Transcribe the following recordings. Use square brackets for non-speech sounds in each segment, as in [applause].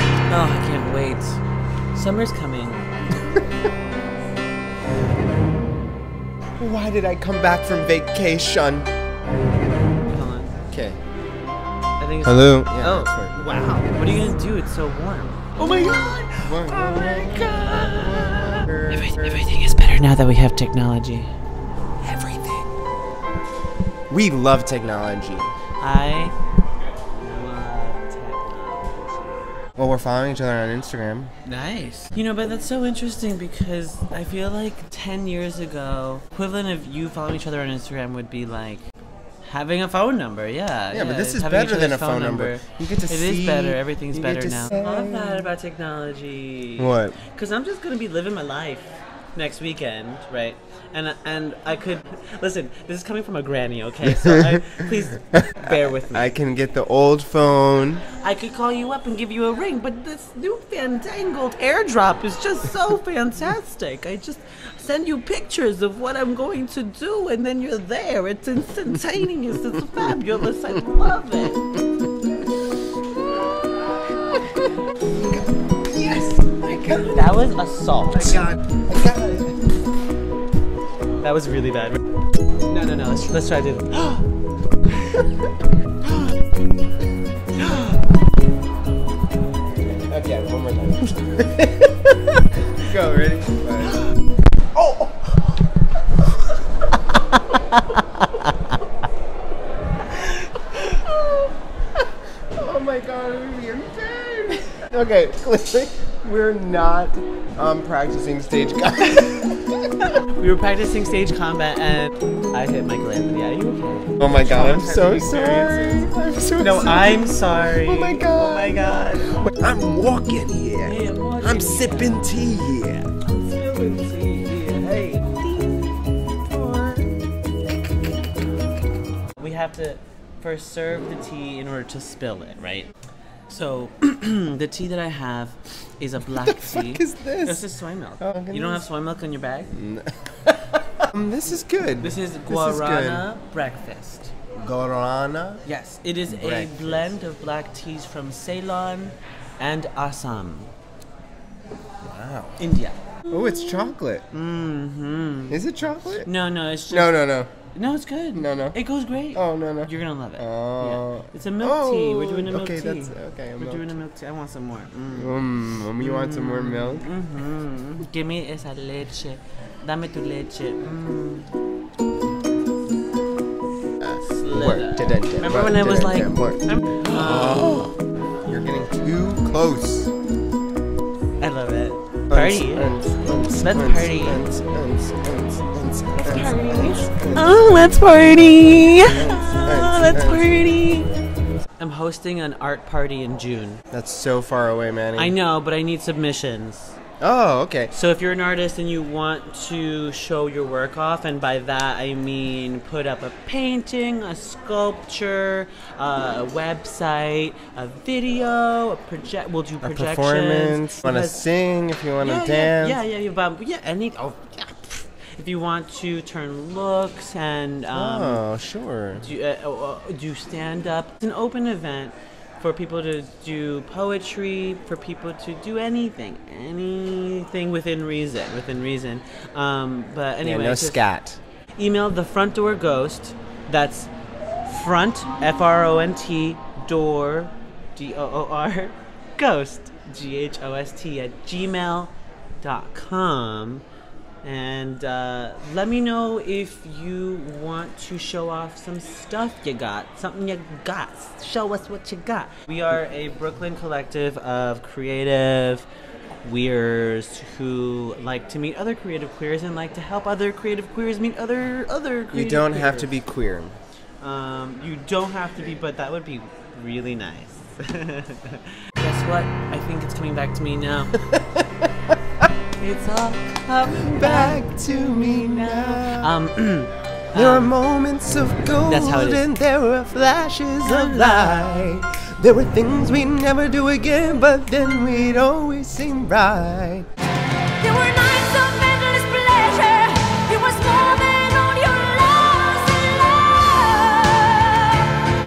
Oh, I can't wait. Summer's coming. Why did I come back from vacation? Hold on. Okay. I think it's Hello. Yeah, Oh, that's right. wow. What are you gonna do? It's so warm. Oh my god! Oh my god! Everything is better now that we have technology. Everything. We love technology. I love technology. Well, we're following each other on Instagram. Nice. You know, but that's so interesting because I feel like 10 years ago, equivalent of you following each other on Instagram would be like having a phone number. Yeah. Yeah, but this it's is having each better than other's a phone number. You get to It is see- better. Everything's you get better to now. say- I love that about technology. What? Because I'm just gonna be living my life next weekend, right? And and I could listen. This is coming from a granny, okay? So I, please bear with me. I I, can get the old phone. could call you up and give you a ring, but this new fandangled airdrop is just so fantastic. I just send you pictures of what I'm going to do, and then you're there. It's instantaneous. it's fabulous. I love it. Yes! I got it! That was assault. I got it! That was really bad. No, no, no. Let's, let's try to. Okay, one more time. [laughs] Go, ready? Bye. [laughs] Oh! oh my god, I'm in pain! Okay, [laughs] clearly, we're not um, practicing stage guys. [gasps] We were practicing stage combat and I hit my gland. Yeah, you okay? [laughs] Oh my god, I'm so Traumatizing sorry. I'm so No, sorry. I'm sorry. Oh my god. Oh my god. I'm walking here. Yeah, I'm walking here. I'm sipping tea here. We have to first serve the tea in order to spill it, right? So, [clears throat] the tea that I have is a black tea. fuck is this? This is soy milk. Oh, you don't have soy milk in your bag? Um, this is good. This is good. guarana breakfast. Guarana. Yes, it is Breakfast. a blend of black teas from Ceylon and Assam, Wow. India. Oh, it's chocolate. Mm-hmm. Is it chocolate? No, no, it's just No, no, no. No, it's good. No, no. It goes great. Oh, no, no. You're gonna love it. Oh. Yeah. It's a milk tea. We're doing a Oh, milk okay, tea. that's- okay, a We're milk doing a milk tea. I want some more. Mm. Um, um, you want some more milk? Mm. Give me esa leche. Dame tu leche. Mm. Work. Da-dun, da, Remember work, when I was da-dun, like, da, work. I'm- [gasps] You're getting too close. I love it. Party. Let's party. Oh, let's party. Oh, let's party. I'm hosting an art party in June. That's so far away, Manny. I know, but I need submissions. Oh, okay. So if you're an artist and you want to show your work off, and by that I mean put up a painting, a sculpture, uh, a website, a video, a project. We'll do A projections. performance. Want to Because- sing? If you want to yeah, dance. Yeah, yeah, yeah. yeah, um, yeah any. Oh, yeah. pff. If you want to turn looks and um, oh, sure. do, uh, uh, uh, do stand up. It's an open event for people to do poetry, for people to do anything, anything within reason, within reason. Um, but Yeah, anyway, no just scat. Email the front door ghost. That's front f r o n t door d o o r [laughs] ghost g h o s t at gmail dot com and uh, let me know if you want to show off some stuff you got, something you got. Show us what you got. We are a Brooklyn collective of creative queers who like to meet other creative queers and like to help other creative queers meet other other. Creative You don't have to queers. be queer. Um, you don't have to be, but that would be really nice. [laughs] Guess what? I think it's coming back to me [laughs] now. it's all come Back to me now. Um, [clears throat] There are um, moments of gold that's how it is. and there are flashes of light. There were things we never do again, but then we'd always seem right. There were nights of endless pleasure. It was more than all your loves and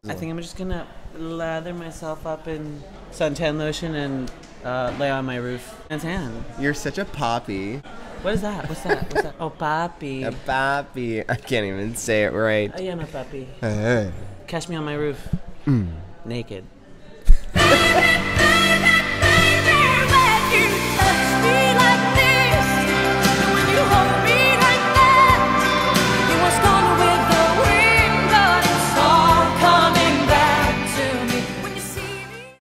love. I think I'm just gonna lather myself up in suntan lotion and uh, lay on my roof. Man's hand. You're such a poppy. What is that? What's that? [laughs] What's that? Oh, papi. A poppy. I can't even say it right. I am a papi. Mm. Hey. Catch me on my roof. Naked.